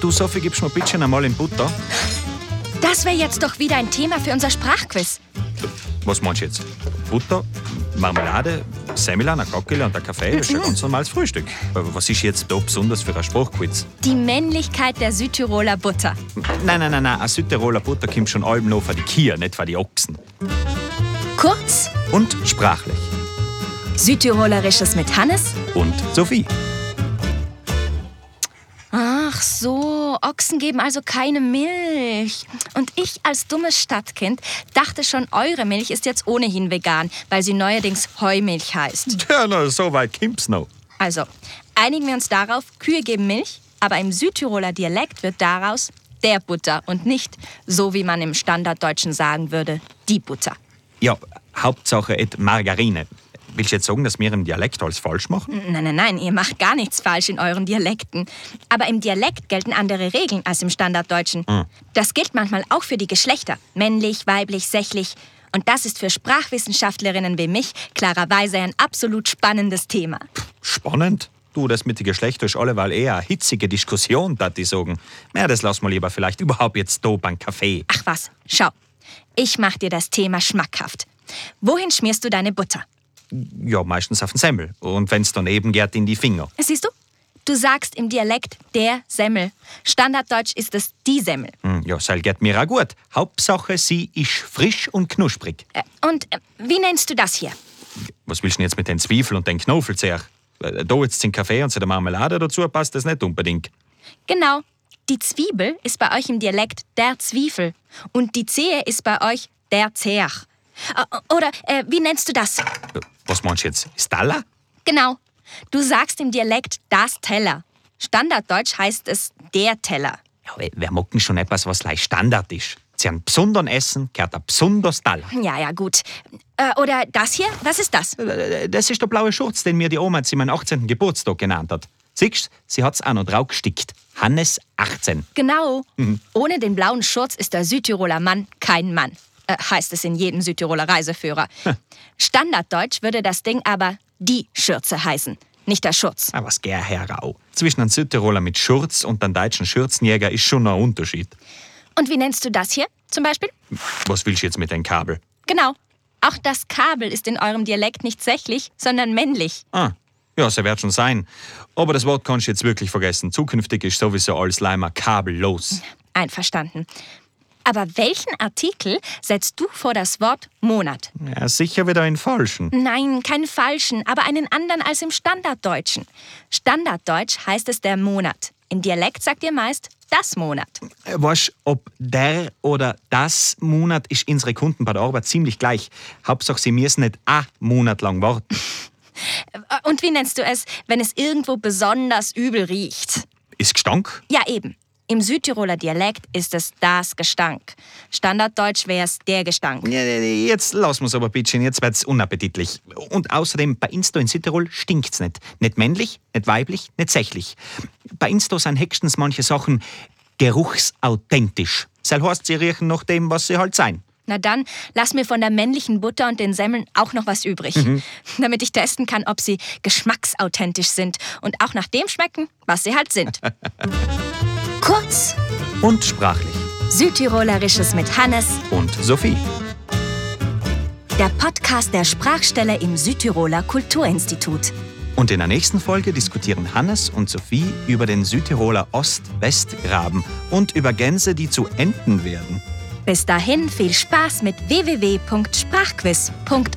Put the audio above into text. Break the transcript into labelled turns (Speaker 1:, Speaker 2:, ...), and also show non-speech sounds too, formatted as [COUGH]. Speaker 1: Du, Sophie, gibst mir bitte einmal in Butter.
Speaker 2: Das wäre jetzt doch wieder ein Thema für unser Sprachquiz.
Speaker 1: Was meinst du jetzt? Butter, Marmelade, Semmel, ein Kackele und ein Kaffee, das ist ein ganz normales Frühstück. Aber Was ist jetzt da besonders für ein Spruchquiz?
Speaker 2: Die Männlichkeit der Südtiroler Butter.
Speaker 1: Nein, nein, nein, nein, eine Südtiroler Butter kommt schon allem noch für die Kier, nicht für die Ochsen.
Speaker 2: Kurz,
Speaker 1: Und sprachlich.
Speaker 2: Südtirolerisches mit Hannes.
Speaker 1: Und Sophie.
Speaker 2: Ach so, Ochsen geben also keine Milch. Und ich als dummes Stadtkind dachte schon, eure Milch ist jetzt ohnehin vegan, weil sie neuerdings Heumilch heißt.
Speaker 1: Tja, na, so weit kommt's noch.
Speaker 2: Also, einigen wir uns darauf, Kühe geben Milch, aber im Südtiroler Dialekt wird daraus der Butter und nicht, so wie man im Standarddeutschen sagen würde, die Butter.
Speaker 1: Ja, Hauptsache et Margarine. Willst du jetzt sagen, dass wir einen Dialekt alles falsch machen?
Speaker 2: Nein, nein, nein, ihr macht gar nichts falsch in euren Dialekten. Aber im Dialekt gelten andere Regeln als im Standarddeutschen. Das gilt manchmal auch für die Geschlechter. Männlich, weiblich, sächlich. Und das ist für Sprachwissenschaftlerinnen wie mich klarerweise ein absolut spannendes Thema.
Speaker 1: Spannend. Du, das mit den Geschlechtern ist alleweil eher eine hitzige Diskussion, dat die sagen. Na, das lassen wir lieber vielleicht überhaupt jetzt da beim Kaffee.
Speaker 2: Ach was, schau. Ich mach dir das Thema schmackhaft. Wohin schmierst du deine Butter?
Speaker 1: Ja, meistens auf den Semmel. Und wenn's daneben geht, in die Finger.
Speaker 2: Siehst du? Du sagst im Dialekt der Semmel. Standarddeutsch ist es die Semmel.
Speaker 1: Hm, ja, soll geht mir auch gut. Hauptsache, sie ist frisch und knusprig.
Speaker 2: Äh, Und äh, wie nennst du das hier?
Speaker 1: Was willst du denn jetzt mit den Zwiebeln und den Knofel zuerst? Äh, Da jetzt den Kaffee und zu der Marmelade dazu passt das nicht unbedingt.
Speaker 2: Genau. Die Zwiebel ist bei euch im Dialekt der Zwiefel. Und die Zehe ist bei euch der Zeach. Äh, Oder äh, wie nennst du das?
Speaker 1: Äh, Was meinst du jetzt? Stalla?
Speaker 2: Genau. Du sagst im Dialekt das Teller. Standarddeutsch heißt es der Teller.
Speaker 1: Ja, we- wir mocken schon etwas, was leicht Standard ist. Zu einem besonderen Essen gehört ein besonderes Stalla.
Speaker 2: Ja, ja, gut. Äh, oder das hier? Was ist das?
Speaker 1: Äh, Das ist der blaue Schurz, den mir die Oma zu meinem 18. Geburtstag genannt hat. Siehst sie hat's auch noch drauf gestickt. Hannes 18.
Speaker 2: Genau. Ohne den blauen Schurz ist der Südtiroler Mann kein Mann, äh, heißt es in jedem Südtiroler Reiseführer. Standarddeutsch würde das Ding aber die Schürze heißen, nicht der Schurz.
Speaker 1: Aber Ah, was gär herau. Zwischen einem Südtiroler mit Schurz und einem deutschen Schürzenjäger ist schon ein Unterschied.
Speaker 2: Und wie nennst du das hier zum Beispiel?
Speaker 1: Was willst du jetzt mit dem Kabel?
Speaker 2: Genau. Auch das Kabel ist in eurem Dialekt nicht sächlich, sondern männlich.
Speaker 1: Ah, ja, so wird schon sein. Aber das Wort kannst du jetzt wirklich vergessen. Zukünftig ist sowieso alles Leimer kabellos.
Speaker 2: Einverstanden. Aber welchen Artikel setzt du vor das Wort Monat?
Speaker 1: Ja, sicher wieder in falschen.
Speaker 2: Nein, keinen falschen, aber einen anderen als im Standarddeutschen. Standarddeutsch heißt es der Monat. Im Dialekt sagt ihr meist das Monat.
Speaker 1: Äh, Weißt ob der oder das Monat ist unsere Kunden bei der Arbeit ziemlich gleich. Hauptsache, sie müssen nicht a Monat lang warten.
Speaker 2: Äh, Und wie nennst du es, wenn es irgendwo besonders übel riecht?
Speaker 1: Ist Gestank?
Speaker 2: Ja, eben. Im Südtiroler Dialekt ist es das Gestank. Standarddeutsch wäre es der Gestank.
Speaker 1: Ja, ja, ja, Jetzt lassen wir es aber bitte, jetzt wird's unappetitlich. Und außerdem, bei Insta in Südtirol stinkt's nicht. Nicht männlich, nicht weiblich, nicht sächlich. Bei Insta sind höchstens manche Sachen geruchsauthentisch. Soll heißt, sie riechen nach dem, was sie halt sein.
Speaker 2: Na dann, lass mir von der männlichen Butter und den Semmeln auch noch was übrig, [LAUGHS] damit ich testen kann, ob sie geschmacksauthentisch sind und auch nach dem schmecken, was sie halt sind. Kurz
Speaker 1: Und sprachlich.
Speaker 2: Südtirolerisches mit Hannes,
Speaker 1: Und Sophie.
Speaker 2: der Podcast der Sprachstelle im Südtiroler Kulturinstitut.
Speaker 1: Und in der nächsten Folge diskutieren Hannes und Sophie über den Südtiroler Ost-West-Graben und über Gänse, die zu Enten werden.
Speaker 2: Bis dahin viel Spaß mit www.sprachquiz.org.